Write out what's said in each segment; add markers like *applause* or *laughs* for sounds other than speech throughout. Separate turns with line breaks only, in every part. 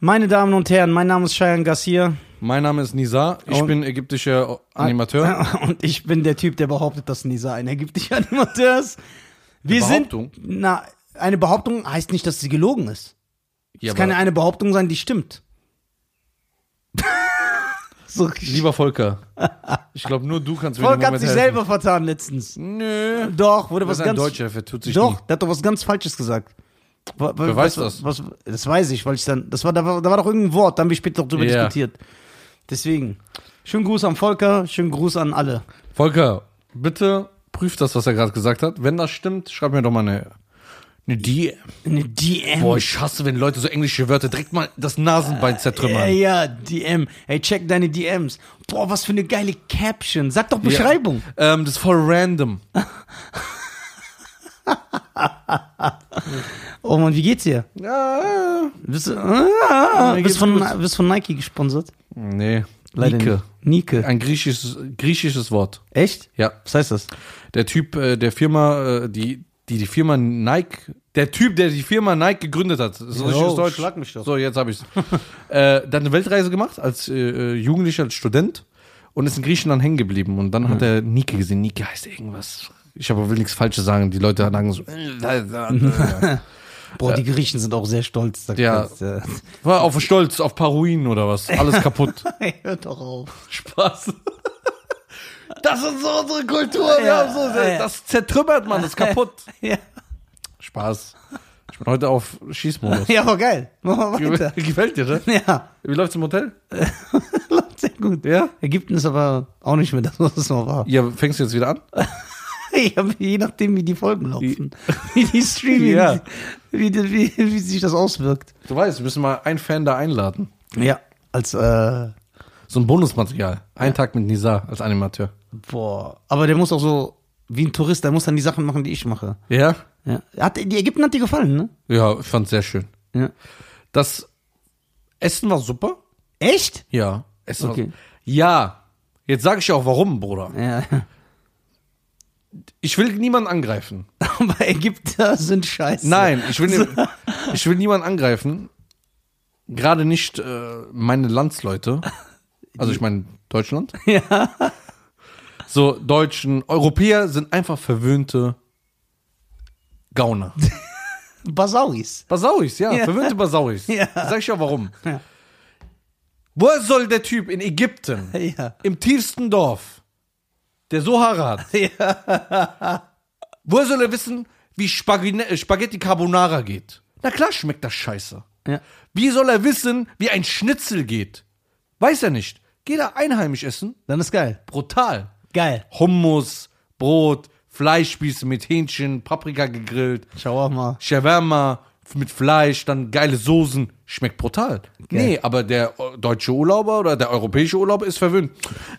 Meine Damen und Herren, mein Name ist Cheyenne Gassier
Mein Name ist Nizar, ich
Und- Ah,
bin ägyptischer Animateur.
*laughs* und ich bin der Typ, der behauptet, dass Nisa ein ägyptischer *laughs* Animateur ist. Wir
Behauptung?
sind. Na, eine Behauptung heißt nicht, dass sie gelogen ist.
Ja,
es kann ja
aber-
eine Behauptung sein, die
*laughs*
stimmt. so, richtig.
Lieber Volker,
*laughs*
ich glaube nur du kannst mir
Volk
den
hat
Moment
sich
helfen.
selber vertan letztens.
Nö.
Doch, wurde
Das
was
ist ein
ganz.
Deutscher, vertut sich
Doch,
nie.
der hat doch was ganz Falsches gesagt. Wa- wa-
Wer weiß
was, Was, das weiß ich, weil ich dann, das war, da war, da war doch irgendein Wort, da haben wir später noch drüber
Ja.
diskutiert. Deswegen, schönen Gruß an Volker, schönen Gruß an alle.
Volker, bitte prüft das, was er gerade gesagt hat. Wenn das stimmt, schreib mir doch mal eine, eine DM.
Eine DM.
Boah, ich hasse, wenn Leute so englische Wörter direkt mal das Nasenbein
ja,
zertrümmern.
ja, DM. Ey, check deine DMs. Boah, was für eine geile Caption. Sag doch Beschreibung.
Ja. Ähm, das ist voll random.
Oh Mann, wie geht's dir?
Ja.
Bist, du- ah,
mir
bist,
geht's
von, bist von Nike gesponsert?
Nee.
Nike.
Nike.
Nike.
Ein griechisches, griechisches Wort.
Echt?
Ja.
Was heißt das?
Der Typ äh, der Firma, äh, die, die die Firma Nike, der Typ, der die Firma Nike gegründet hat. Das ist
Jo,
richtiges Deutsch.
schlag mich doch.
So, jetzt
*laughs*
habe ich äh, Dann eine Weltreise gemacht als äh, Jugendlicher, als Student und ist in Griechenland hängen geblieben. Und dann hat er Nike gesehen. Nike heißt irgendwas. Ich aber will nichts Falsches sagen. Die Leute
*laughs*
sagen so.
Boah, die Griechen sind auch sehr stolz. sagt
Ja.
das, ja.
War auf Stolz, auf paar Ruinen oder was. Alles
*laughs*
kaputt.
Ey, hör doch auf.
Spaß. Das ist so unsere Kultur. Wir
Ja,
haben so,
ja.
das zertrümmert man,
*laughs*
das ist kaputt.
*laughs* Ja,
Spaß. Ich bin heute auf Schießmodus.
ja aber geil. Machen wir weiter.
*laughs* Gefällt dir, ne?
Ja,
Wie läuft's im Hotel?
läuft sehr gut.
Ja?
Ägypten ist aber auch nicht mehr das, was es mal war.
Ja, fängst du jetzt wieder an?
*laughs* Ich hab, je nachdem, wie die Folgen *laughs* laufen, wie die Streaming,
Ja.
wie, die- wie, wie sich das auswirkt.
Du weißt, wir müssen mal einen Fan da einladen.
Ja, als, äh,
So ein Bonusmaterial. Ein Tag mit Nizar als Animateur.
boah. Aber der muss auch so, wie ein Tourist, der muss dann die Sachen machen, die ich mache.
Ja?
Ja. Hat, die Ägypten hat dir gefallen, ne?
Ja, ich fand's sehr schön.
Ja.
Das Essen war super.
Echt?
Ja. Essen
Okay.
war Ja. Jetzt sage ich dir auch warum, Bruder.
Ja.
Ich will niemanden angreifen.
*laughs* Aber Ägypter sind scheiße.
Nein, ich
*laughs*
will, ich will niemanden angreifen. Gerade nicht äh, meine Landsleute. Also ich meine Deutschland.
*laughs* Ja.
So, Deutschen, Europäer sind einfach verwöhnte Gauner.
Basauis.
Basauis,
*laughs*
ja,
Ja.
verwöhnte Basauis.
Ja.
Sag ich ja warum. Woher soll der Typ in Ägypten,
Ja.
im tiefsten Dorf, der so Haare hat,
Ja.
woher soll er wissen, wie Spagine- äh, Spaghetti Carbonara geht? Na klar schmeckt das scheiße.
Ja.
Wie soll er wissen, wie ein Schnitzel geht? Weiß er nicht. Geht er einheimisch essen?
Dann ist geil.
Brutal.
Geil.
Hummus, Brot, Fleischspieße mit Hähnchen, Paprika gegrillt,
Schau auch mal.
Shawarma mit Fleisch, dann geile Soßen. Schmeckt brutal. Nee, aber der äh, deutsche Urlauber oder der europäische Urlauber ist verwöhnt.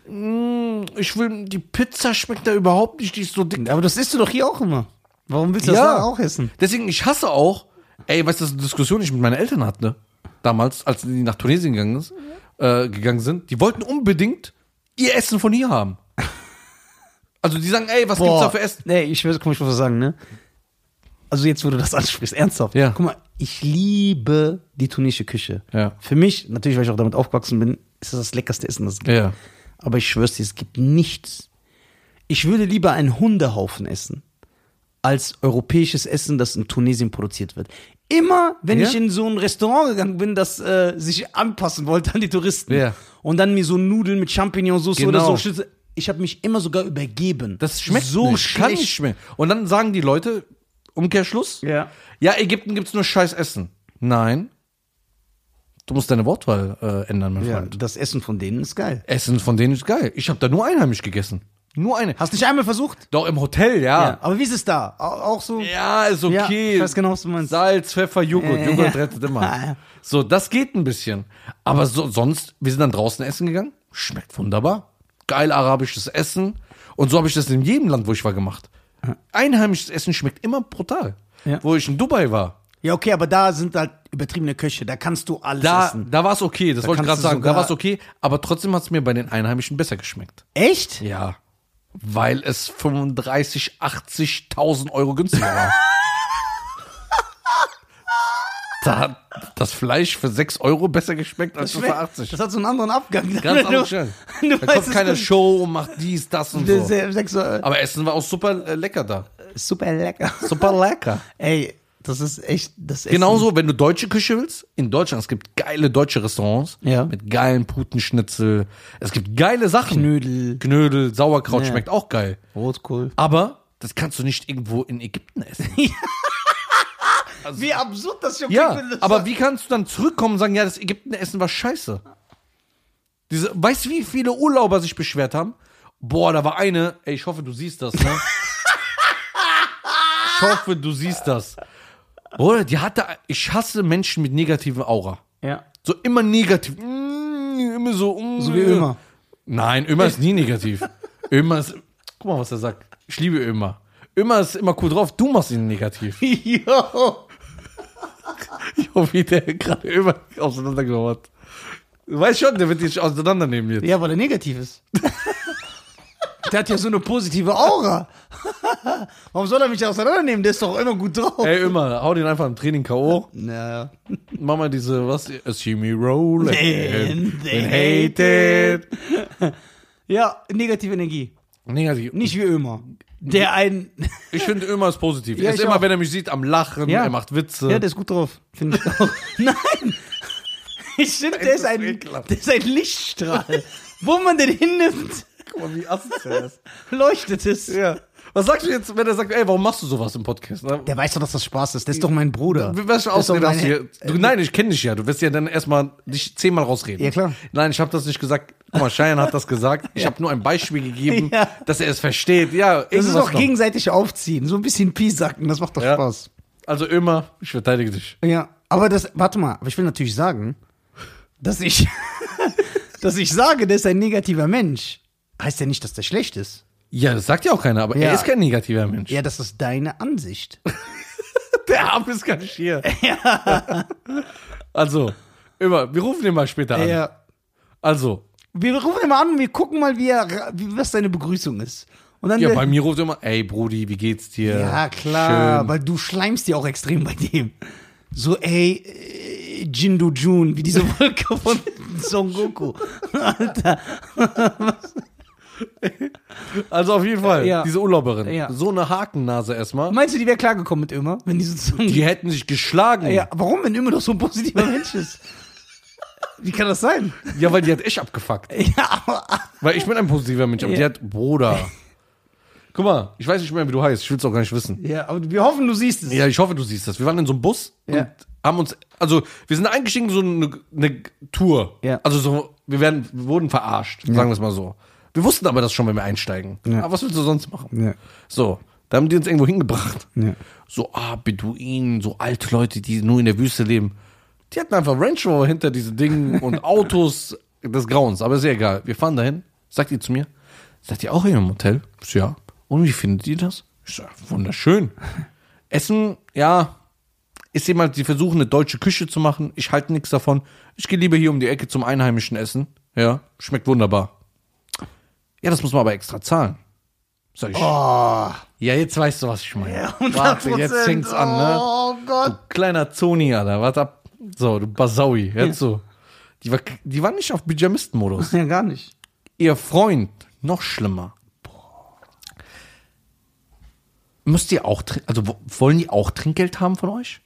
Mm, ich will, die Pizza schmeckt da überhaupt nicht, die ist so dick.
Aber das isst du doch hier auch immer. Warum willst du das
Ja.
da auch essen?
Deswegen, ich hasse auch, ey, weißt du, das ist eine Diskussion, die ich mit meinen Eltern hatte, damals, als die nach Tunesien gegangen, ist, äh, gegangen sind, die wollten unbedingt ihr Essen von hier *laughs* haben. Also die sagen, ey, was gibt's da für Essen?
Nee, ich will, guck mal, ich muss was sagen, ne? Also jetzt, wo du das *laughs* ansprichst, ernsthaft.
Ja.
Guck mal, ich liebe die tunesische Küche.
Ja.
Für mich, natürlich, weil ich auch damit aufgewachsen bin, ist das das leckerste Essen, das es gibt.
Ja.
Aber ich schwör's dir, es gibt nichts. Ich würde lieber einen Hundehaufen essen, als europäisches Essen, das in Tunesien produziert wird. Immer, wenn
Ja.
ich in so ein Restaurant gegangen bin, das äh, sich anpassen wollte an die Touristen
Ja.
und dann mir so Nudeln mit Champignonsauce oder
Genau.
so Schütze, ich habe mich immer sogar übergeben.
Das schmeckt
so
nicht, kann
schlecht.
nicht schmecken. Und dann sagen die Leute, Umkehrschluss,
Ja.
ja, Ägypten gibt's nur scheiß Essen. Nein. Du musst deine Wortwahl äh, ändern, mein
Ja,
Freund.
das Essen von denen ist geil.
Essen von denen ist geil. Ich habe da nur einheimisch gegessen. Nur eine.
Hast nicht einmal versucht?
Doch im Hotel, ja.
Aber wie ist es da? Au- Auch so?
Ja, ist
Ja,
okay.
ich weiß genau, was du meinst.
Salz, Pfeffer, Joghurt.
Ja,
Joghurt
ja.
rettet
Ah, *laughs*
immer.
ja.
So, das geht ein bisschen. Aber so, sonst, wir sind dann draußen essen gegangen. Schmeckt wunderbar. Geil arabisches Essen. Und so habe ich das in jedem Land, wo ich war, gemacht. Einheimisches Essen schmeckt immer brutal.
Ja.
Wo ich in Dubai war,
Ja, okay, aber da sind halt übertriebene Köche. Da kannst du alles
da,
essen.
da war es okay. Das wollte ich
kannst du
gerade sagen. Da
sogar-
war es okay. Aber trotzdem hat es mir bei den Einheimischen besser geschmeckt.
Echt?
Ja. Weil es 35, 80.000 Euro günstiger war. Da hat das Fleisch für 6 Euro besser geschmeckt als für
Das
80.
hat so einen anderen Abgang. *laughs*
Ganz anders.
du,
Da
du weißt
kommt
es
keine
nicht.
Show und macht dies, das und
Das ist
so.
ja sexuell.
Aber Essen war auch super äh, lecker da.
Super lecker.
Super
*laughs*
lecker. Genau.
Ey, das ist echt das Essen.
Genauso, wenn du deutsche Küche willst, in Deutschland, es gibt geile deutsche Restaurants
Ja.
mit geilen Putenschnitzel. Es gibt geile Sachen.
Knödel.
Knödel, Sauerkraut
Ja.
schmeckt auch geil.
Rotkohl.
Aber das kannst du nicht irgendwo in Ägypten essen.
Wie absurd das schon
Ja,
klingt, wenn du
aber
sagst.
wie kannst du dann zurückkommen und sagen, ja, das Ägyptenessen war scheiße? Diese, weißt du, wie viele Urlauber sich beschwert haben? Boah, da war eine, ey, ich hoffe, du siehst das, ne? ich hoffe, du siehst das. Bruder, die hatte, ich hasse Menschen mit negativen Aura.
Ja. *laughs*
So immer negativ. Mm, Immer so. mm.
So wie Ömer.
Nein, Ömer ist nie negativ. Ömer ist, guck mal, was er sagt. Ich liebe Ömer. Ömer ist immer cool drauf, du machst ihn negativ.
Jo.
*laughs* Jo, wie der gerade über auseinandergehauen hat. Du weißt schon, der wird dich auseinandernehmen jetzt.
Ja, weil er negativ ist. Der hat ja so eine positive Aura. *laughs* Warum soll er mich auseinandernehmen? Der ist doch immer gut drauf.
Ey, immer, hau den einfach im Training K.O.
Naja.
Mach mal diese, was? Assume me roll and
And
then
they
hated.
Ja, negative Energie.
Negativ.
Nicht wie Ömer. Der ein.
also Ich finde immer ist positiv.
Ja,
er ist
ich
immer,
auch.
wenn er mich sieht, am Lachen,
Ja.
er macht Witze.
Ja, der ist gut drauf. Finde ich auch. *laughs* Nein! Ich finde, der ist
das
ein.
ekelhaft.
Der ist ein Lichtstrahl. Wo man den hinnimmt, *laughs*
Guck mal, wie asozial ist.
leuchtet es.
Ja. Was sagst du jetzt, wenn er sagt, ey, warum machst du sowas im Podcast? Ne?
Der weiß doch, dass das Spaß ist. Der ist doch mein Bruder.
Was für
Das ist doch
Ausrede hast du
meine-
hier? Du, nein, ich kenne dich ja. Du wirst ja dann erstmal dich zehnmal rausreden.
Ja, klar.
Nein, ich habe das nicht gesagt. Guck mal, Cheyenne hat das gesagt. Ich habe nur ein Beispiel gegeben,
*laughs* Ja.
dass er es versteht. Ja,
Das ist
irgendwas
doch
noch.
gegenseitig aufziehen. So ein bisschen Piesacken. Das macht doch
Ja.
Spaß.
Also immer, ich verteidige dich.
Ja. Aber das. Warte mal. Aber ich will natürlich sagen, dass ich. *laughs* dass ich sage, der ist ein negativer Mensch. Heißt ja nicht, dass der schlecht ist.
Ja, das sagt ja auch keiner, aber
Ja.
er ist kein negativer Mensch.
Ja, das ist deine Ansicht.
Der Arm ist
*laughs*
ganz schier. Also, immer, wir rufen den mal später an.
Ja.
Also,
Wir rufen ihn mal an und wir gucken mal, wie er, wie, was seine Begrüßung ist. Und dann
ja, bei mir ruft er immer, ey Brudi, wie geht's dir?
ja klar,
Schön.
weil du schleimst dir auch extrem bei dem. So, ey, äh, Jindu Jun, wie
*laughs*
diese Wolke von Son Goku.
Also auf jeden Fall,
Ja.
diese Urlauberin.
Ja.
So eine Hakennase erstmal.
Meinst du, die wäre klargekommen mit Ömer, wenn die so zusammen.
Die hätten sich geschlagen.
Ja, warum, wenn Ömer doch so ein positiver Mensch ist? Wie kann das sein?
Ja, weil die hat echt abgefuckt.
Ja, aber.
Weil ich bin ein positiver Mensch, aber
Ja.
die hat Bruder. Guck mal, ich weiß nicht mehr, wie du heißt. Ich will's auch gar nicht wissen.
Ja, aber wir hoffen, du siehst es.
Ja, ich hoffe, du siehst das. Wir waren in so einem Bus
Ja.
und haben uns, also wir sind eingestiegen in so eine, eine Tour.
Ja.
Also so, wir werden, wir wurden verarscht, sagen wir es mal so. Wir wussten aber das schon, wenn wir einsteigen.
Ja.
Aber was willst du sonst machen?
Ja.
So, da haben die uns irgendwo hingebracht.
Ja.
So, ah, Beduinen, so alte Leute, die nur in der Wüste leben. Die hatten einfach Range Rover hinter
*laughs*
diesen Dingen und Autos des Grauens, aber ist ja egal. Wir fahren dahin, sagt die zu mir, seid ihr auch hier im Hotel? Ich so, ja. Und wie findet ihr das? Ich so, ja,
*laughs*
wunderschön. Essen, ja, ist jemand, die versuchen, eine deutsche Küche zu machen. Ich halte nichts davon. Ich gehe lieber hier um die Ecke zum einheimischen Essen. Ja, schmeckt wunderbar. Ja, das muss man aber extra zahlen. Sag ich.
Oh,
Ja, jetzt weißt du, was ich meine.
ja, 100%.
Warte, jetzt fängt's an, ne?
Oh
Du
Gott.
kleiner Zoni, Alter. Warte ab. So, du Basaui. Jetzt so. Die war, die war nicht auf
*laughs*
Pyjamisten-Modus.
Ja, gar nicht.
Ihr Freund, noch schlimmer. Müsst ihr auch, Trin- also wo- wollen die auch Trinkgeld haben von euch?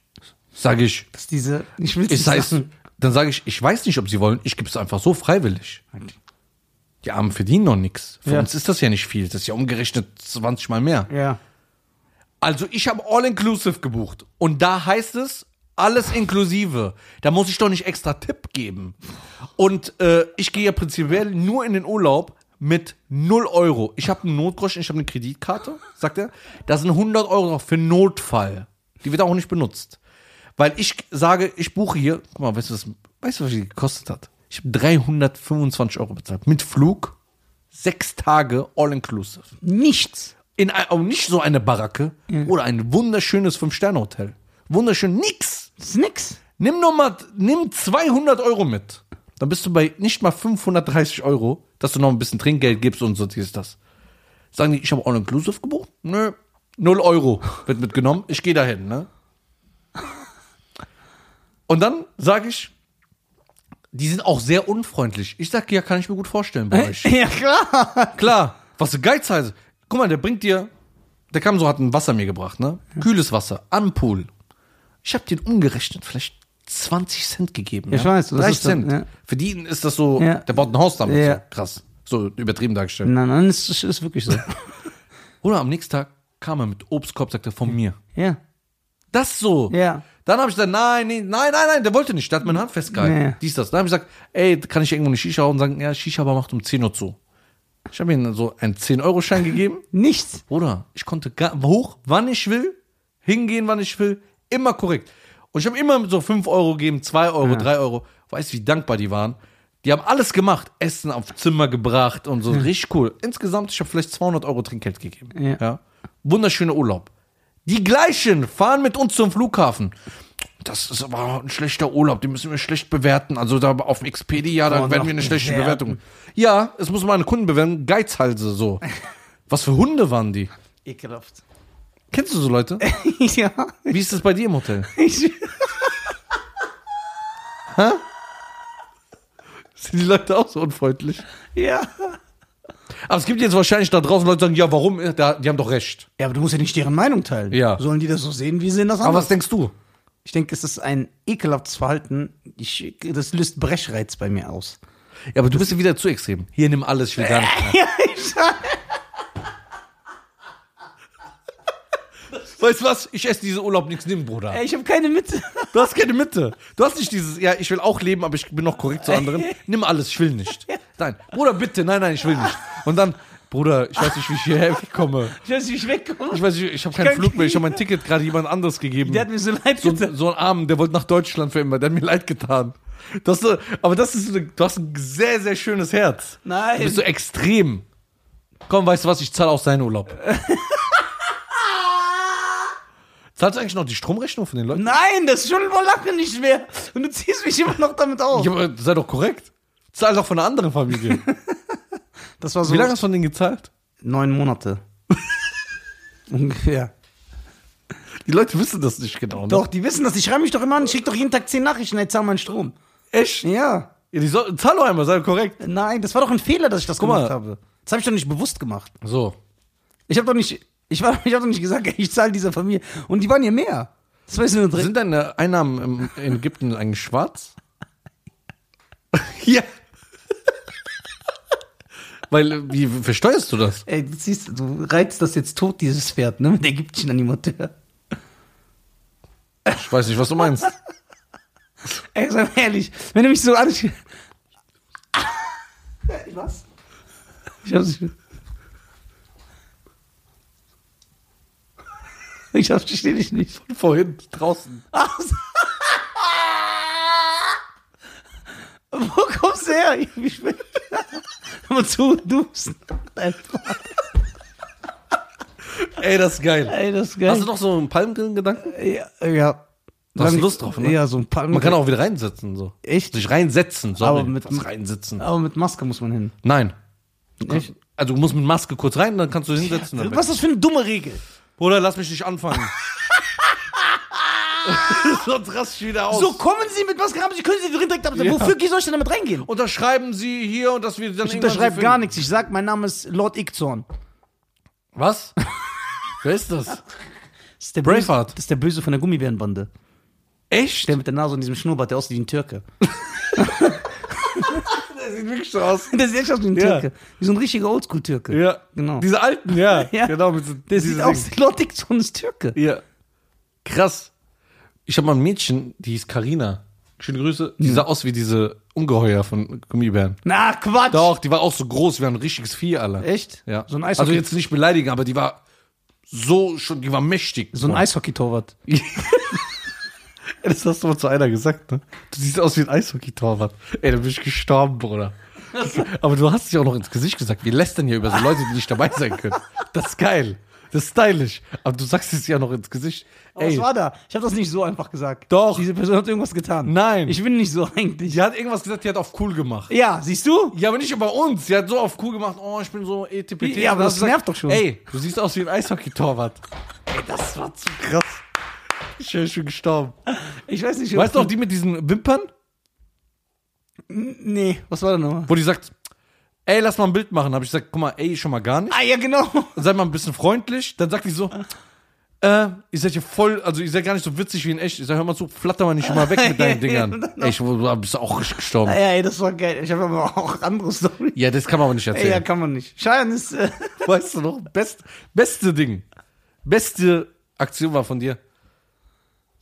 Sag ich.
Das ist diese. Ich will's
Ich
nicht
sag, dann sage ich, ich weiß nicht, ob sie wollen. Ich gebe es einfach so freiwillig. Die Armen verdienen noch nichts. Für
Ja.
uns ist das ja nicht viel. Das ist ja umgerechnet 20 Mal mehr.
Ja.
Also ich habe All-Inclusive gebucht. Und da heißt es, alles inklusive. Da muss ich doch nicht extra Tipp geben. Und äh, ich gehe ja prinzipiell nur in den Urlaub mit 0 Euro. Ich habe einen Notgroschen, ich habe eine Kreditkarte, sagt er. Da sind 100 Euro drauf für Notfall. Die wird auch nicht benutzt. Weil ich sage, ich buche hier, guck mal, weißt du, was, weißt du, was die gekostet hat? Ich habe 325 Euro bezahlt. Mit Flug, sechs Tage All-Inclusive
Nichts.
in ein, auch nicht so eine Baracke oder ein wunderschönes Fünf-Sterne-Hotel. Wunderschön, nix.
Das ist nix.
Nimm noch mal, nimm 200 Euro mit. Dann bist du bei nicht mal 530 Euro, dass du noch ein bisschen Trinkgeld gibst und so dies, das. Sagen die, ich habe All-Inclusive gebucht? Nö, 0 Euro wird mitgenommen, ich gehe dahin, ne? Und dann sage ich, die sind auch sehr unfreundlich. Ich sage, ja, kann ich mir gut vorstellen bei euch.
Äh, *laughs* Ja, klar.
Klar, was für Geizhals. Guck mal, der bringt dir, der kam so, hat ein Wasser mir gebracht, ne? Kühles Wasser, am Pool. Ich habe den umgerechnet, vielleicht 20 Cent gegeben.
Ich weiß, das
30
ist dann-
Cent.
ja.
Für die ist das so,
Ja.
der baut ein Haus damit.
Ja.
So. Krass. So übertrieben dargestellt.
Nein, nein, es ist, ist wirklich so.
Oder am nächsten Tag kam er mit Obstkorb, sagt er, von mir.
Ja.
Das so.
Ja.
Dann habe ich gesagt, nein, nee, nein, nein, nein, der wollte nicht. Der hat meine Hand festgehalten.
Nee.
Dies, das. Dann habe ich gesagt, ey, kann ich irgendwo eine Shisha hauen? Und sagen, ja, Shisha aber macht um 10 Uhr zu. Ich habe ihm so einen 10-Euro-Schein gegeben.
Nichts.
Bruder, ich konnte gar, hoch, wann ich will, hingehen, wann ich will, immer korrekt. Und ich habe immer so 5 Euro gegeben, 2 Euro, 3 Euro. Weißt du, wie dankbar die waren? Die haben alles gemacht, Essen auf Zimmer gebracht und so. Richtig cool. Insgesamt, ich habe vielleicht 200 Euro Trinkgeld gegeben.
Ja.
Wunderschöner Urlaub. Die gleichen fahren mit uns zum Flughafen. Das ist aber ein schlechter Urlaub, den müssen wir schlecht bewerten. Also da auf dem Expedia, da
Oh,
werden wir
noch
eine schlechte
bewerten.
Bewertung. Ja, es muss mal eine Kunden bewerten. Geizhalse *laughs* so. Was für Hunde waren die?
Ekelhaft.
Kennst du so Leute?
*laughs* ja.
Wie ist das bei dir im Hotel?
Ich,
*laughs* Sind die Leute auch so unfreundlich?
ja.
Aber es gibt jetzt wahrscheinlich da draußen Leute, die sagen, ja, warum? Da, die haben doch recht.
Ja, aber du musst ja nicht deren Meinung teilen.
Ja.
Sollen die das so sehen? Wie sehen das
Aber was
anders?
denkst du?
Ich denke, es ist ein ekelhaftes Verhalten. Ich, das löst Brechreiz bei mir aus.
Ja, aber du bist ja wieder zu extrem. Hier, nimm alles, ich will gar nicht.
*laughs* Ja, ich
*laughs* Weißt du was? Ich esse diesen Urlaub nichts, nimm, Bruder.
ich habe keine Mitte.
Du hast keine Mitte. Du hast nicht dieses, ja, ich will auch leben, aber ich bin noch korrekt zu *laughs* anderen. Nimm alles, ich will nicht. Nein, Bruder, bitte, nein, nein, ich will nicht. Und dann, Bruder, ich weiß nicht, wie ich hierher komme.
*laughs* Ich weiß nicht, wie ich wegkomme.
Ich weiß nicht, ich habe keinen
kann-
Flug mehr, ich habe mein Ticket gerade jemand anderes gegeben.
Der hat mir so leid
so,
getan.
so ein Arm, der wollte nach Deutschland für immer, der hat mir leid getan. Das, so- aber das ist, so eine- du hast ein sehr, sehr schönes Herz.
Nein.
Du bist so extrem. Komm, weißt du was, ich zahle auch
*laughs*
seinen Urlaub. Zahlst du eigentlich noch die Stromrechnung von den Leuten?
Nein, das ist schon vor lange nicht mehr. Und du ziehst mich immer noch damit auf.
Ja, aber sei doch korrekt. Zahl doch von einer anderen
*laughs*
Familie.
Das war so
Wie lange hast du von denen gezahlt?
neun Monate.
*laughs*
Ungefähr.
Die Leute wissen das nicht genau. Ne?
Doch, die wissen das. Die schreiben mich doch immer an. Ich krieg doch jeden Tag zehn Nachrichten. Jetzt haben meinen Strom.
Echt?
Ja.
Ja, die soll, zahl doch einmal, sei doch korrekt.
Nein, das war doch ein Fehler, dass ich das
mal.
gemacht habe. Das habe ich doch nicht bewusst gemacht.
So.
Ich habe doch nicht, ich, war, *laughs* ich hab doch nicht gesagt, ich zahle dieser Familie. Und die waren ja mehr. Das war jetzt nur drin.
Sind deine Einnahmen im, in Ägypten eigentlich schwarz? ja. Weil, äh, wie versteuerst du das?
Ey, du, siehst, du reizt das jetzt tot, dieses Pferd, ne? Mit ägyptischen Animateur.
Ich weiß nicht, was du meinst.
Ey, sei mal ehrlich, wenn du mich so an... *laughs* Was? Ich hab's nicht... *laughs* Ich hab's, verstehe dich nicht.
Vorhin, draußen.
Wo kommst du her? Ich bin... Hör mal zu, du bist...
Ey, das ist geil.
Ey, das ist geil.
Hast du noch so einen Palmgrillen-Gedanken?
Ja, ja.
Du hast Lust drauf, ne?
Ja, so ein paar...
Man kann auch wieder reinsetzen, so.
Echt?
Sich reinsetzen, sorry.
Aber mit-
Was reinsitzen.
Aber mit Maske muss man hin.
Nein.
Echt?
Also du musst mit Maske kurz rein, dann kannst du hinsetzen. damit.
Was ist das für eine dumme Regel?
Bruder, lass mich nicht *laughs* anfangen. Sonst rast ich wieder aus.
So kommen Sie mit Maske, haben Sie, können Sie direkt damit.
Ja.
Wofür soll ich denn damit reingehen?
unterschreiben Sie hier und dass wir dann
Ich unterschreibe gar nichts. Ich sag, mein Name ist Lord Ickzorn.
Was? Wer ist das?
Das ist der
Braveheart.
Böse, das ist der Böse von der Gummibärenbande.
Echt?
Der mit der Nase und diesem Schnurrbart, der aussieht wie ein Türke. *laughs*
sieht wirklich so aus.
Der sieht echt aus wie ein
Ja.
Türke. Wie so ein richtiger Oldschool-Türke.
Ja.
Genau.
Diese alten, ja.
*laughs* Ja.
Genau. Mit so,
der
diese
sieht
Ding.
aus, Lord Ickzorn ist Türke.
Ja. Krass. Ich habe mal ein Mädchen, die hieß Karina. Schöne Grüße. Die sah aus wie diese Ungeheuer von Gummibären.
Na, Quatsch.
Doch, die war auch so groß wie ein richtiges Vieh, alle.
Echt?
Ja.
So ein
Also
Eishockey.
jetzt nicht beleidigen, aber die war so schon, die war mächtig.
so ein Eishockey-Torwart.
Ey, Das hast du mal zu einer gesagt, ne? Du siehst aus wie ein Eishockey-Torwart. Ey, da bin ich gestorben, *laughs* Bruder. Aber du hast dich auch noch ins Gesicht gesagt. Wir lästern hier über so Leute, die nicht dabei sein können. Das ist geil. Das ist stylisch. Aber du sagst es ja noch ins Gesicht.
Aber Was
Ey,
war da? Ich habe das nicht so einfach gesagt.
Doch.
Diese Person hat irgendwas getan.
Nein.
Ich bin nicht so eigentlich.
die hat irgendwas gesagt, die hat auf cool gemacht.
Ja, siehst du?
Ja, aber nicht über uns. Die hat so auf cool gemacht. Oh, ich bin so ETPT.
Ja, aber
Und
das
hast du gesagt,
nervt doch schon.
Ey, du siehst aus wie ein Eishockey-Torwart. Ey, das war zu krass. Ich wäre schon gestorben.
Ich weiß nicht. ob-
Weißt du auch die mit diesen Wimpern,
Nee, was war da nochmal?
wo die sagt, ey, lass mal ein Bild machen. Habe ich gesagt, guck mal, ey, schon mal gar nicht.
Ah, ja, genau.
Sei mal ein bisschen freundlich. Dann sagt die so, äh, ihr seid ja voll, also ihr seid gar nicht so witzig wie in echt. Ich sag, hör mal zu, flatter mal nicht schon mal weg mit *laughs* deinen Dingern. Ey, ich da bist du auch richtig
Ah,
gestorben.
ja, ey, das war geil. Ich habe aber auch andere Story.
Ja, das kann man aber nicht
Ey, ja,
erzählen.
kann man nicht. Schein ist. Äh, *laughs*
Weißt du noch, best, beste Ding, beste Aktion war von dir.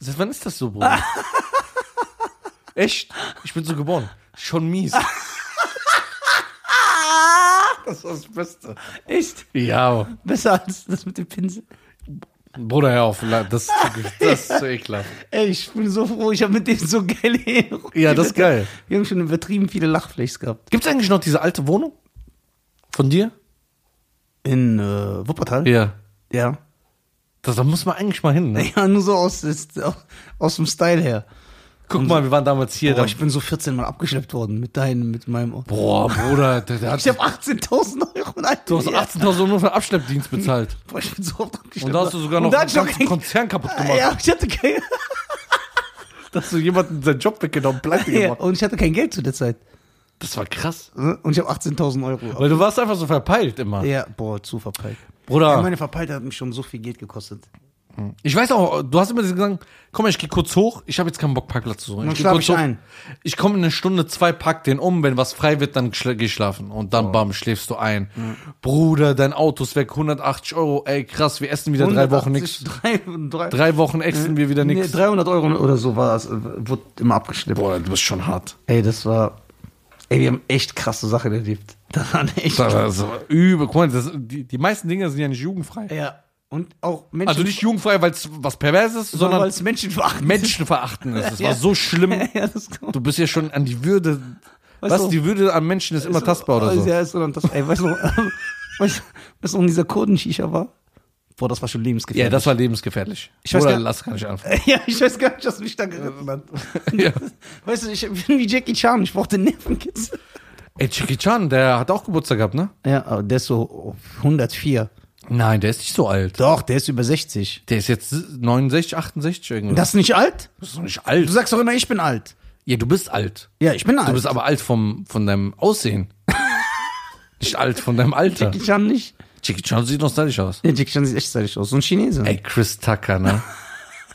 Seit wann ist das so, Bruder? *laughs* Echt? Ich bin so geboren. Schon mies.
das war das Beste. Echt?
Ja,
Besser als das mit dem Pinsel.
Bruder, hör auf. la- Das, das ist so ekelhaft.
Ey, ich bin so froh, ich habe mit dem so geile Erinnerungen.
Ja, das ist geil.
Wir haben schon übertrieben viele Lachflächs gehabt.
Gibt es eigentlich noch diese alte Wohnung? Von dir?
In äh, Wuppertal?
Ja.
Ja.
Das, da muss man eigentlich mal hin. Ne?
Ja, nur so aus, ist, aus dem Style her.
Guck mal, wir waren damals hier.
Boah,
Boah,
ich bin so 14 Mal abgeschleppt worden mit deinem, mit meinem.
Boah Bruder, der, der hat,
Ich habe 18.000 Euro in
du hast 18.000 Euro für den Abschleppdienst bezahlt.
Boah, ich bin so oft abgeschleppt.
Und da hast du sogar noch
Und da hatte ich
den
noch
ganzen
kein-
Konzern kaputt gemacht.
Ja, ich hatte kein,
*laughs* Dass du jemanden seinen Job weggenommen, pleite
ja, und ich hatte kein Geld zu der Zeit.
Das war krass.
Und ich habe 18.000 Euro.
Weil du warst einfach so verpeilt immer.
Ja, boah, zu verpeilt.
Bruder,
Ja, meine Verpeiltheit hat mich schon so viel Geld gekostet.
ich weiß auch, du hast immer gesagt, komm mal, ich geh kurz hoch, ich habe jetzt keinen Bock, Parkplatz zu suchen.
Dann
geh
schlaf
kurz
ich
hoch.
ein.
Ich komme in eine Stunde, zwei, pack den um, wenn was frei wird, dann schla- geh ich schlafen. Und
Oh.
dann, bam, schläfst du ein. Bruder, dein Auto ist weg, 180 Euro, ey, krass, wir essen wieder drei Wochen nichts.
180, *laughs* Drei, drei,
Drei Wochen essen wir wieder
Äh, nee,
nichts.
300 Euro oder so war es. äh, Wurde immer abgeschleppt.
Boah, du bist schon hart.
Ey, das war. Ey, wir haben echt krasse Sachen erlebt. Das waren echt.
Also, übel. Guck mal, das, die, die meisten Dinge sind ja nicht jugendfrei.
Ja. Und auch Menschen.
Also nicht jugendfrei, weil es was Perverses, ist,
sondern
sondern
weil es Menschen verachten.
Menschenverachten ist.
*laughs*
Es
Ja.
war so schlimm.
ja, das kommt.
Du bist ja schon an die Würde.
Weißt
was?
du-
die Würde am Menschen ist immer tastbar oder so.
Oh, Ja, ist so das, ey, weißt du, *laughs* weißt du, weißt du, warum dieser Kurdenschiecher war? Boah, das war schon
Ja,
lebensgefährlich.
das war lebensgefährlich.
Ich weiß
Oder
gar-
lass gar
*laughs*
nicht anfangen.
Ja, ich weiß gar nicht, was mich da geritten hat.
*laughs* ja.
Weißt du, ich bin wie Jackie Chan, ich brauchte Nervenkitzel.
Ey, Jackie Chan, der hat auch Geburtstag gehabt, ne?
Ja, aber der ist so 104.
Nein, der ist nicht so alt.
Doch, der ist über 60.
Der ist jetzt 69, 68 irgendwie.
Das ist nicht alt?
Das ist doch nicht
Du
alt.
sagst doch immer, ich bin alt.
Ja, du bist alt.
Ja, ich bin alt.
Du bist aber alt vom, von deinem
*laughs*
Aussehen. nicht alt von deinem Alter.
Jackie Chan nicht?
Jackie Chan sieht noch stylisch aus.
Ja, Jackie Chan sieht echt stylisch aus. So ein Chinese.
Ey, Chris Tucker, ne? *laughs*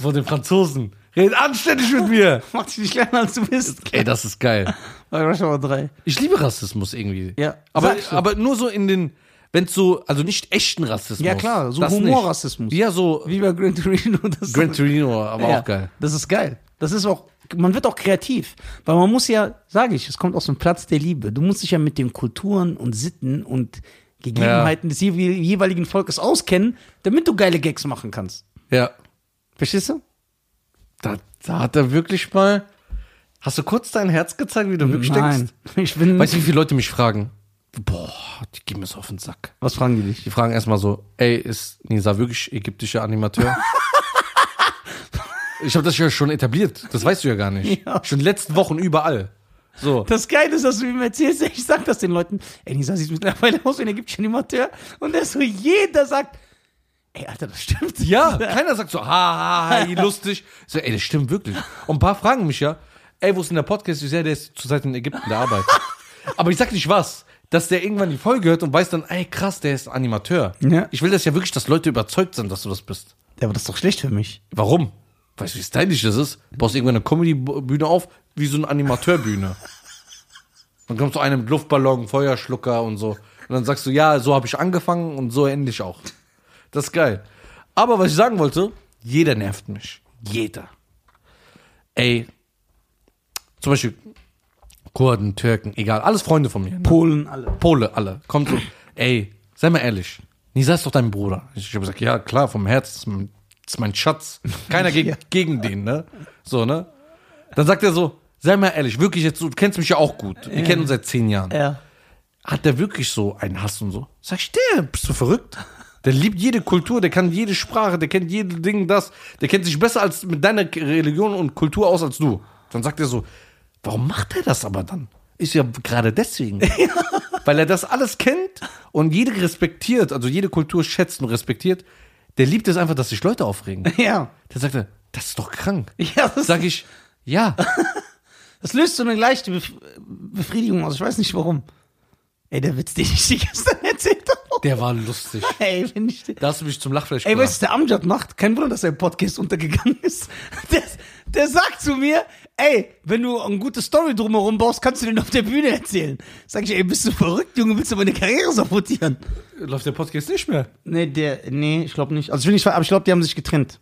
von den Franzosen. Red anständig mit mir.
Mach dich nicht kleiner, als du bist.
Ey, das ist geil.
Bei Rush Hour 3.
Ich liebe Rassismus irgendwie.
Ja,
Aber,
sag ich doch.
aber nur so in den, wenn so, also nicht echten Rassismus.
Ja, klar, so
Das nicht.
Humorrassismus.
Ja, so
Wie bei Gran Torino. Das
Gran Torino, aber
ja,
auch geil.
Das ist geil. Das ist auch, man wird auch kreativ. Weil man muss ja, sage ich, es kommt aus dem Platz der Liebe. Du musst dich ja mit den Kulturen und Sitten und Gegebenheiten des jewe- jeweiligen Volkes auskennen, damit du geile Gags machen kannst.
Ja.
Verstehst du?
Da, da hat er wirklich mal. Hast du kurz dein Herz gezeigt, wie du wirklich
Nein.
denkst?
Ich bin.
Weißt du, wie viele Leute mich fragen? Boah, die gehen mir so auf den Sack.
was fragen die dich?
Die fragen erstmal so, ey, ist Nisa wirklich
*laughs*
ägyptischer Animateur? ich habe das ja schon etabliert. Das weißt du ja gar nicht.
Ja.
Schon letzten Wochen überall. So.
Das Geile ist, dass du mir erzählst, ich sag das den Leuten, ey, Nisa sieht mittlerweile aus wie ein ägyptischer Animateur. Und der so, jeder sagt, ey, Alter, das stimmt.
Ja, keiner sagt so, ha, ha, ha, hi, lustig. So, ey, das stimmt wirklich. Und ein paar fragen mich ja, ey, wo ist denn der Podcast? Ich sehe, der ist zurzeit in Ägypten,
*laughs*
der arbeitet. Aber ich sag nicht was, dass der irgendwann die Folge hört und weiß dann, ey, krass, der ist Animateur.
Ja.
Ich will das ja wirklich, dass Leute überzeugt sind, dass du das bist.
Ja, aber das ist doch schlecht für mich.
Warum? Weißt du, wie stylisch das ist? Du baust irgendwann eine Comedy-Bühne auf, wie so eine Animateurbühne. Dann kommt so einer mit Luftballon, Feuerschlucker und so. Und dann sagst du, ja, so habe ich angefangen und so ende ich auch. Das ist geil. Aber was ich sagen wollte, jeder nervt mich. Jeder. Ey, zum Beispiel Kurden, Türken, egal, alles Freunde von mir.
Polen alle.
Pole, alle. Kommt so, ey, sei mal ehrlich. Nisa ist doch dein Bruder. Ich habe gesagt, ja, klar, vom Herz, das ist mein, das ist mein Schatz. Keiner gegen, gegen den, ne? So, ne? Dann sagt er so, sei mal ehrlich, wirklich jetzt, du kennst mich ja auch gut. Wir kennen uns seit zehn Jahren.
Ja.
Hat der wirklich so einen Hass und so? Sag ich, der, bist du verrückt? Der liebt jede Kultur, der kann jede Sprache, der kennt jede Ding, das. Der kennt sich besser als mit deiner Religion und Kultur aus als du. Dann sagt er so, warum macht er das aber dann? Ist ja gerade *laughs* deswegen. Weil er das alles kennt und jede respektiert, also jede Kultur schätzt und respektiert. Der liebt es einfach, dass sich Leute aufregen.
*laughs* Ja.
Der sagt, er, das ist doch krank.
ja das,
Sag ich, ja.
das löst so eine leichte Bef Befriedigung aus. Ich weiß nicht warum. Ey, der Witz, den ich dir gestern *laughs* erzählt habe.
Der war *laughs* lustig.
Ey, wenn ich den.
Da hast du mich zum Lachfleisch
Ey,
gebracht.
weißt du, was der Amjad macht? Kein Wunder, dass er im Podcast untergegangen ist. *laughs* Der, der sagt zu mir, ey, wenn du eine gute Story drumherum baust, kannst du den auf der Bühne erzählen. Sag ich, ey, bist du verrückt, Junge, willst du meine Karriere sabotieren?
Läuft der Podcast nicht mehr.
Nee, der, nee, ich glaube nicht. Also ich will nicht, ver- aber ich glaube, die haben sich getrennt.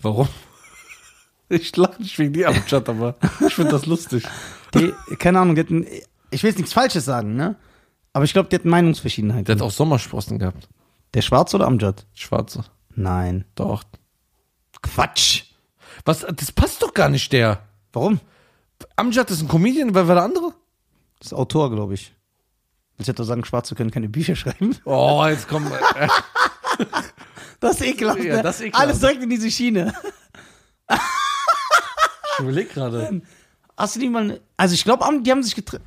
Warum? *laughs* Ich lache nicht wegen dir am Chat, aber ich finde das lustig.
*laughs* Die, keine Ahnung, die hatten, ich will jetzt nichts Falsches sagen, ne? Aber ich glaube, die hatten Meinungsverschiedenheit.
Der hat auch Sommersprossen gehabt.
Der Schwarz oder Amjad?
Schwarze.
Nein.
Doch.
Quatsch.
Was? Das passt doch gar nicht, der.
Warum?
Amjad ist ein Comedian, wer war der andere?
Das ist Autor, glaube ich. Ich hätte doch sagen, Schwarze können keine Bücher schreiben.
Oh, jetzt komm. äh,
*laughs* Das ist ekelhaft.
Ja,
ne?
das ist ekelhaft.
Alles direkt in diese Schiene.
Ich überleg gerade.
Hast du die mal. Also, ich glaube, die haben sich getrennt.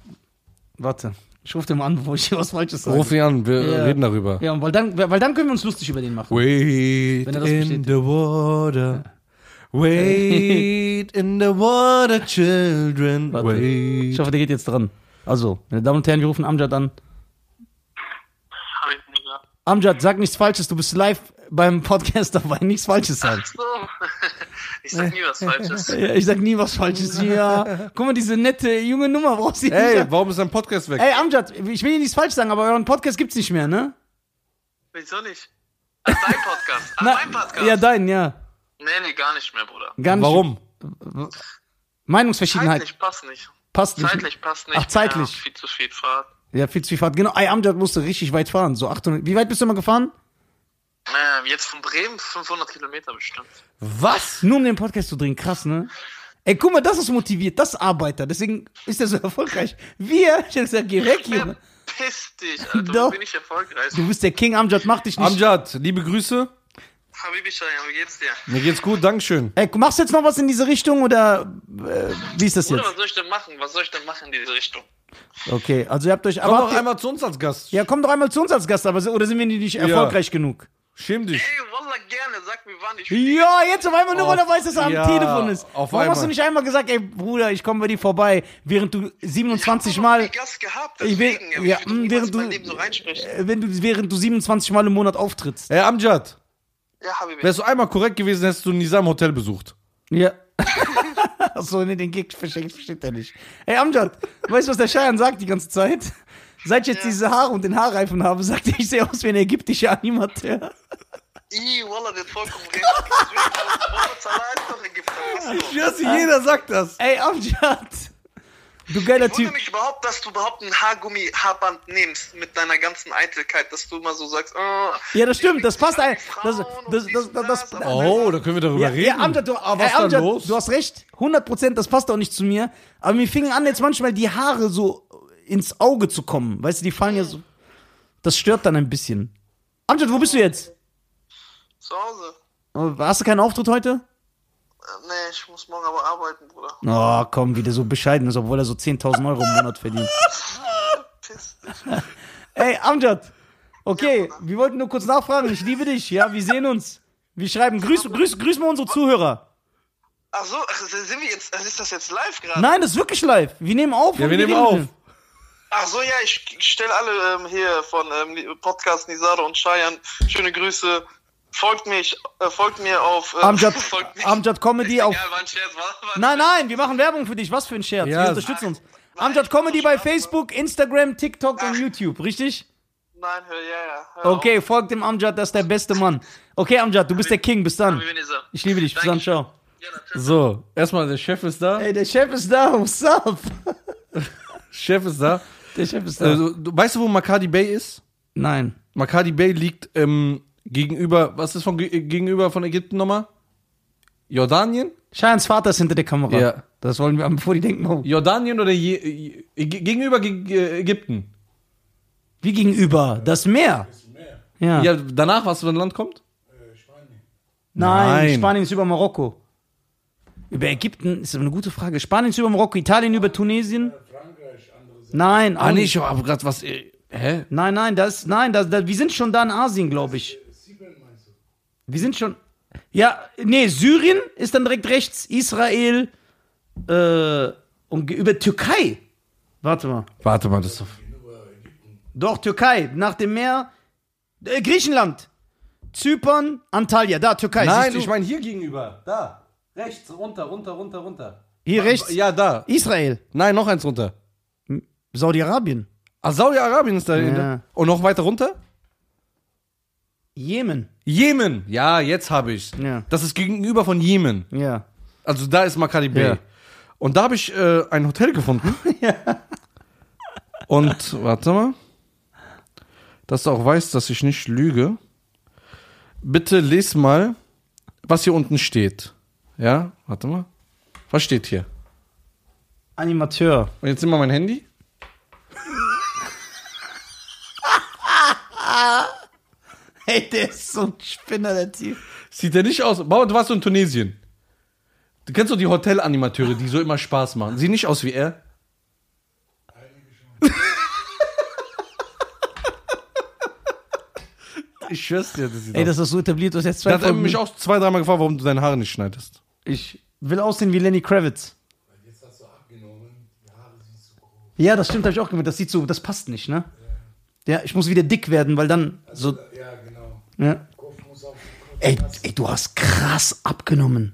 Warte, ich rufe den mal an, bevor ich hier was Falsches sage.
Ruf ihn an, wir
Ja.
reden darüber.
Ja, und weil dann, weil dann können wir uns lustig über den machen.
Wait
Wenn er das versteht.
the water. Wait in the water, children.
Warte. Ich hoffe, der geht jetzt dran. Also, meine Damen und Herren, wir rufen Amjad an.
Hab ich nicht gehört.
Amjad, sag nichts Falsches, du bist live beim Podcast dabei, nichts Falsches sagen. *laughs*
So. *laughs* Ich sag nie was Falsches.
Ja, ich sag nie was Falsches. Ja, guck mal, diese nette junge Nummer brauchst du nicht.
Ey,
sagen.
warum ist dein Podcast weg?
Ey, Amjad, ich will dir nichts falsch sagen, aber euren Podcast gibt's nicht mehr, ne?
Wieso nicht? Ach, dein Podcast. Ach, mein Podcast.
Ja, dein, ja.
nee, nee, gar nicht mehr, Bruder.
Gar nicht.
warum?
Meinungsverschiedenheit
Zeitlich passt nicht.
passt nicht.
Zeitlich passt nicht.
Ach, zeitlich.
Ja, viel zu viel Fahrt.
Ja, viel zu viel Fahrt. Genau, ey, Amjad musste richtig weit fahren. So 800. Wie weit bist du mal gefahren?
Ähm, jetzt von Bremen 500 Kilometer bestimmt.
Was?
Nur um den Podcast zu drehen. Krass, ne? Ey, guck mal, das ist motiviert. Das ist Arbeiter. Deswegen ist er so *laughs* erfolgreich. Wir, ich hätte gesagt, geh weg, Junge.
Piss
*laughs*
dich, Alter.
ne? Doch.
Wo bin ich erfolgreich?
Du bist der King, Amjad, mach dich nicht.
Amjad, liebe Grüße.
Habibi Shayan, wie geht's dir?
Mir geht's gut, Dankeschön.
Ey, machst du jetzt noch was in diese Richtung oder äh, wie ist das
Bruder,
jetzt?
was soll ich denn machen? Was soll ich denn machen in diese Richtung?
Okay, also ihr habt euch.
Komm
Aber
doch
habt ihr,
einmal zu uns als Gast.
ja, komm doch einmal zu uns als Gast, aber, se- oder sind wir nicht erfolgreich genug?
Schäm dich.
Ey, Wallah, gerne. Sag mir wann ich
Ja, jetzt auf einmal nur, weil er
Auf-
weiß, dass er am
ja,
Telefon ist.
auf
Warum hast
einmal.
du nicht einmal gesagt, ey Bruder, ich komme bei dir vorbei, während du 27 Mal,
Ich hab noch nie Gast gehabt.
Ich will-
Deswegen,
ja, hm,
ich will niemals
während du-
mein Leben so reinsprechen.
äh, wenn du, während du 27 Mal im Monat auftrittst?
Ey, Amjad,
Ja, Habibi.
wärst du einmal korrekt gewesen, hättest du Nizam Hotel besucht.
*laughs* Ja. Achso, nee, den Gig verschenkt, versteht er nicht. Ey, Amjad, weißt du, was der Scheiern sagt die ganze Zeit? Seit ich jetzt diese Haare und den Haarreifen habe, sagt er, ich sehe aus wie ein ägyptischer Animateur.
Ih, Wallah, der hat vollkommen recht. Wallah, Salah ist
*laughs*
doch Ägypter. Was doch? Ich
Yes, jeder sagt das.
Ah, Ey, Amjad! Du geiler
wundere
Typ.
mich überhaupt, dass du überhaupt ein Haargummi, Haarband nimmst mit deiner ganzen Eitelkeit, dass du immer so sagst, oh,
Ja, das stimmt, das passt ein. Das,
Frauen und
das,
dies
das,
und
das, das,
das, aber-
Oh, da können wir darüber
ja,
reden.
ja, Amjad, du,
ah,
ey,
was ist da
Amjad,
los?
du hast recht, 100%, das passt auch nicht zu mir. Aber mir fingen an, jetzt manchmal die Haare so ins Auge zu kommen. Weißt du, die fallen ja so. Das stört dann ein bisschen. Amjad, wo bist du jetzt? Oh,
zu Hause.
Hast du keinen Auftritt heute?
Äh, Nee, ich muss morgen aber arbeiten, Bruder.
Oh, komm, wie der so bescheiden ist, obwohl er so 10.000 Euro im Monat verdient.
Piss.
Ey, Amjad. Okay, wir wollten nur kurz nachfragen. Ich liebe dich. Ja, wir sehen uns. Wir schreiben. Grüß, grüß, grüß mal unsere Zuhörer.
Ach so, ach, sind wir jetzt, also ist das jetzt live gerade?
Nein, das ist wirklich live. Wir nehmen auf.
Ja,
und
wir nehmen
reden
auf.
mit ihm.
Ach so, ja, ich stelle alle ähm, hier von ähm, Podcast Nisare und Shayan schöne Grüße. Folgt mich, äh, folgt mir auf äh,
Amjad,
*laughs* folgt mich.
Amjad Comedy auf.
Egal, war ein Scherz, war, war
Nein, nein, wir machen Werbung für dich. Was für ein Scherz.
Ja.
Wir unterstützen uns. Amjad Comedy bei Facebook, Instagram, TikTok und YouTube, richtig?
Nein, hör, ja, ja. Hör
Okay, folgt dem Amjad, das ist der beste Mann. Okay, Amjad, du bist der King. Bis
Auf.
dann.
Wie wenn ihr sagt.
Ich liebe dich. Bis dann, ciao.
Ja, natürlich.
So, erstmal, der Chef ist da.
Ey, der Chef ist da. What's up?
Chef ist da.
Der Chef ist da.
Also, du, weißt du, wo Makadi Bay ist?
nein.
Makadi Bay liegt ähm, gegenüber, was ist von ge- gegenüber von Ägypten nochmal? Jordanien?
Cheyans Vater ist hinter der Kamera.
Ja.
Das wollen wir, bevor die denken, oh,
Jordanien oder Je Ä- gegenüber Ge- Ge- Ägypten?
wie gegenüber? Das Meer. Ja.
Ja, danach, was für ein Land kommt?
Nein,
Nein.
Spanien ist über Marokko. Über Ägypten ist eine gute Frage. Spanien ist über Marokko, Italien über Tunesien. Nein,
Ah,
auch
nee,
nicht.
ich hab grad was. äh, Hä?
Nein, nein, das, nein, das, das, wir sind schon da in Asien, glaube ich. Wir sind schon. Ja, nee, Syrien ist dann direkt rechts, Israel äh, und ge- über Türkei. Warte mal.
Warte mal, das ist doch.
Doch, Türkei, nach dem Meer. Äh, Griechenland, Zypern, Antalya, da, Türkei. siehst
Nein,
du?
ich meine hier gegenüber. Da. Rechts, runter, runter, runter, runter.
Hier rechts,
Ja, da.
Israel,
Nein, noch eins runter.
Saudi-Arabien,
Ah, Saudi-Arabien ist dahinter.
Ja.
Und noch weiter runter?
Jemen.
Jemen. Ja, jetzt habe ich's.
Ja.
Das ist gegenüber von Jemen.
Ja.
Also da ist Makati Bay.
Ja.
Und da habe ich äh, ein Hotel gefunden.
*laughs*
Und warte mal. Dass du auch weißt, dass ich nicht lüge. Bitte les mal, was hier unten steht. Ja, warte mal. Was steht hier?
Animateur.
Und jetzt nimm mal mein Handy.
Ey, der ist so ein Spinner, der Typ.
Sieht der nicht aus. Bauer, du warst so in Tunesien. Du kennst doch die Hotelanimateure, die so immer Spaß machen. Sieht nicht aus wie er. ich schwör's dir, das sieht
Ey,
aus.
das ist so etabliert, du hast jetzt zwei
Da hat er
Folgen-
mich auch zwei, dreimal gefragt, warum du deine Haare nicht schneidest.
Ich will aussehen wie Lenny Kravitz. Ja, das stimmt, habe ich auch gemerkt. Das sieht so, das passt nicht, ne? Ja, ich muss wieder dick werden, weil dann so.
Ja, genau.
Ja.
Kopf muss auf den Kopf.
Ey, ey, du hast krass abgenommen.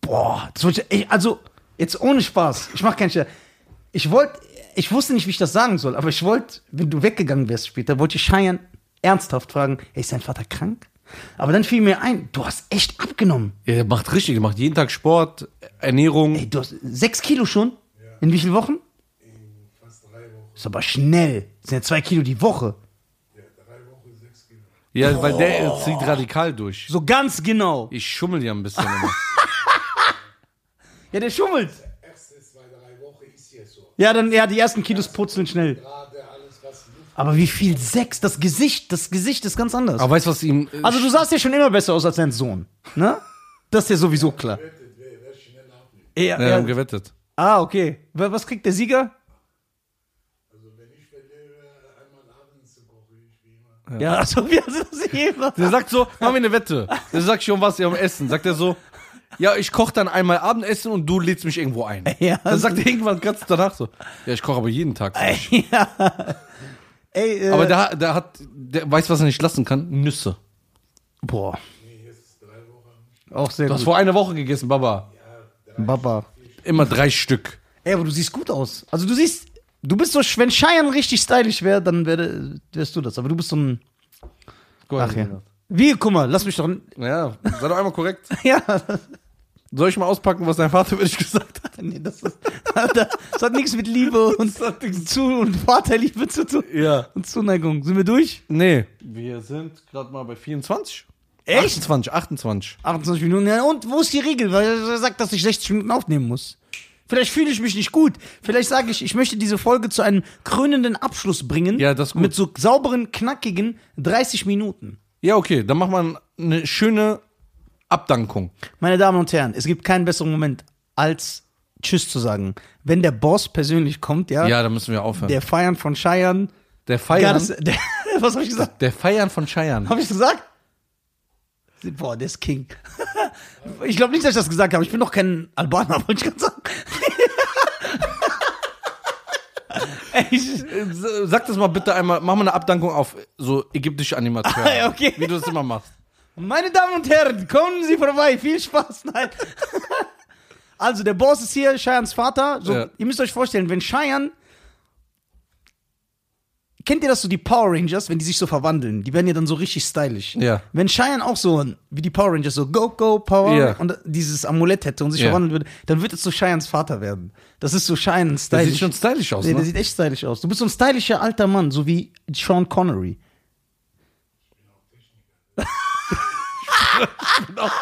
Boah, das wollte ich, ey, also jetzt ohne Spaß. Ich mach keinen Scherz. Ich wollte, ich wusste nicht, wie ich das sagen soll, aber ich wollte, wenn du weggegangen wärst später, wollte ich Cheyenne ernsthaft fragen, ey, ist dein Vater krank? Aber dann fiel mir ein, du hast echt abgenommen.
Er macht richtig, er macht jeden Tag Sport, Ernährung.
Ey, du hast sechs Kilo schon? In wie vielen Wochen?
In fast drei Wochen.
Ist aber schnell. Das sind ja zwei Kilo die Woche.
Ja, drei Wochen, sechs Kilo.
ja, weil der zieht radikal durch.
So ganz genau.
Ich schummel ja ein *laughs* bisschen immer.
Ja, der schummelt.
Erste, zwei, drei Wochen ist hier so.
Ja, dann, ja, die ersten Kilos purzeln schnell.
Gerade alles, was Luft
Aber wie viel? Sechs? Das Gesicht, das Gesicht ist ganz anders.
Aber weißt du, was ihm. äh,
also du sahst ja schon immer besser aus als dein Sohn, ne? Das ist ja sowieso klar.
rettet, wer, wer schnell abnimmt.
Ja,
ja, wir haben
ja.
äh, gewettet.
Ah, okay. Wa- Was kriegt der Sieger?
Also, wenn ich verliere, einmal abends koche ich wie immer.
Ja, also wir sind das immer.
Der sagt so, machen wir eine Wette. Der sagt schon was, ja, um Essen. Sagt er so, ja, ich koche dann einmal Abendessen und du lädst mich irgendwo *laughs* ein.
Ja.
Dann sagt er irgendwann ganz danach so, ja, ich koche aber jeden Tag.
Ey, äh,
Aber der, der hat, der weiß, was er nicht lassen kann, Nüsse.
boah,
Nee, jetzt ist drei Wochen.
auch sehr
Du hast
gut.
vor einer Woche gegessen, Baba.
Baba.
Immer drei Stück.
Ey, aber du siehst gut aus. Also du siehst, du bist so, wenn Cheyenne richtig stylisch wäre, dann wär, wärst du das. Aber du bist so ein,
Guck mal.
ach ja. Wie, guck mal, lass mich doch,
Ja, sei doch einmal korrekt.
*laughs* ja, *laughs*
Soll ich mal auspacken, was dein Vater wirklich gesagt hat?
nee, das, ist, *laughs* das, das hat nichts mit Liebe und, zu, und Vaterliebe zu tun
Ja.
und Zuneigung. Sind wir durch?
Nee. Wir sind gerade mal bei 24.
Echt?
28, 28.
28 Minuten. Ja, und wo ist die Regel? Weil er sagt, dass ich 60 Minuten aufnehmen muss. Vielleicht fühle ich mich nicht gut. Vielleicht sage ich, ich möchte diese Folge zu einem krönenden Abschluss bringen.
Ja, das ist gut.
Mit so sauberen, knackigen 30 Minuten.
Ja, okay, dann machen wir eine schöne Abdankung.
Meine Damen und Herren, es gibt keinen besseren Moment, als Tschüss zu sagen. Wenn der Boss persönlich kommt, ja,
Ja, da müssen wir aufhören.
der Feiern von Scheiern.
der
Ja,
Feiern.
das, *laughs* der, was habe ich gesagt?
Der Feiern von Scheiern.
Habe ich gesagt? Boah, der ist King. Ich glaube nicht, dass ich das gesagt habe. Ich bin doch kein Albaner, wollte ich gerade sagen. *laughs* Ey, ich,
Sag das mal bitte einmal, mach mal eine Abdankung auf so ägyptische Animateure.
Ah, okay.
Wie du das immer machst.
meine Damen und Herren, kommen Sie vorbei. Viel Spaß.
*laughs*
Nein. Also, der Boss ist hier, Cheyans Vater. So,
Ja.
Ihr müsst euch vorstellen, wenn Cheyenne. Kennt ihr das so, die Power Rangers, wenn die sich so verwandeln? Die werden ja dann so richtig stylisch.
Ja.
Wenn Cheyenne auch so wie die Power Rangers so Go Go Power
Ja.
und dieses Amulett hätte und sich
Ja.
verwandeln würde, dann wird es so Cheyennes Vater werden. Das ist so Cheyenne
Der
stylisch.
sieht schon stylisch aus,
nee, der
ne?
sieht echt stylisch aus. Du bist so ein stylischer alter Mann, so wie Sean Connery.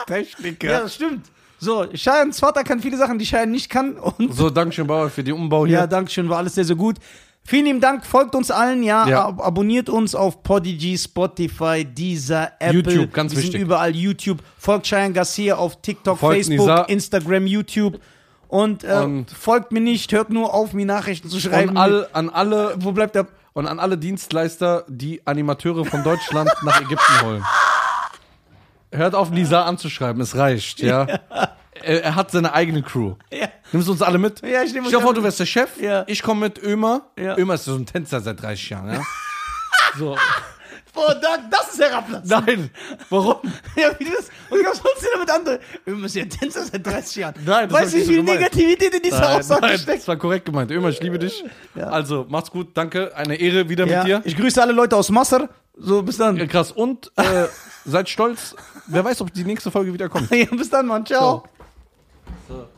Techniker.
das stimmt. So, Cheyennes Vater kann viele Sachen, die Cheyenne nicht kann und
So, Dankeschön, Bauer, für den Umbau hier.
Ja, danke schön, war alles sehr, sehr gut. Vielen lieben Dank, folgt uns allen, ja,
Ja.
Ab abonniert uns auf Podigy, Spotify, dieser Apple.
YouTube, ganz
Wir
wichtig.
Sind überall YouTube. Folgt Cheyenne Garcia auf TikTok,
Folgt
Facebook,
Nizar.
Instagram, YouTube. Und, äh,
Und-
folgt mir nicht, hört nur auf, mir Nachrichten zu schreiben.
und all, an alle
Wo bleibt der?
*laughs* und an alle Dienstleister, die Animateure von Deutschland nach Ägypten holen. Hört auf, Nizar anzuschreiben, es
*laughs*
reicht, ja. Er, er hat seine eigene Crew.
Ja.
Nimmst du uns alle mit?
Ja, ich nehm uns
Stell dir vor,
alle
du wärst der Chef.
Ja.
Ich komme mit Ömer.
Ja.
Ömer ist so ein Tänzer seit 30
*laughs*
Jahren, ja. so.
Boah, Dank, Oh, das ist herablassen.
Nein. Warum?
*laughs* Ja, wie du das? Und ich sonst wieder mit anderen. Wir müssen ja Tänzer seit 30 Jahren.
Nein, das hab
Weißt du, wie
ich nicht so
viel
gemeint.
Negativität in dieser
Nein,
Aussage
nein,
steckt?
das war korrekt gemeint. Ömer, ich liebe dich.
Ja.
Also, mach's gut, danke. Eine Ehre wieder mit dir.
Ich grüße alle Leute aus Masser. So, bis dann. *laughs*
Ja, Krass. Und äh, seid stolz. Wer weiß, ob die nächste Folge wieder kommt.
Ja, bis dann, Mann. Ciao.
So.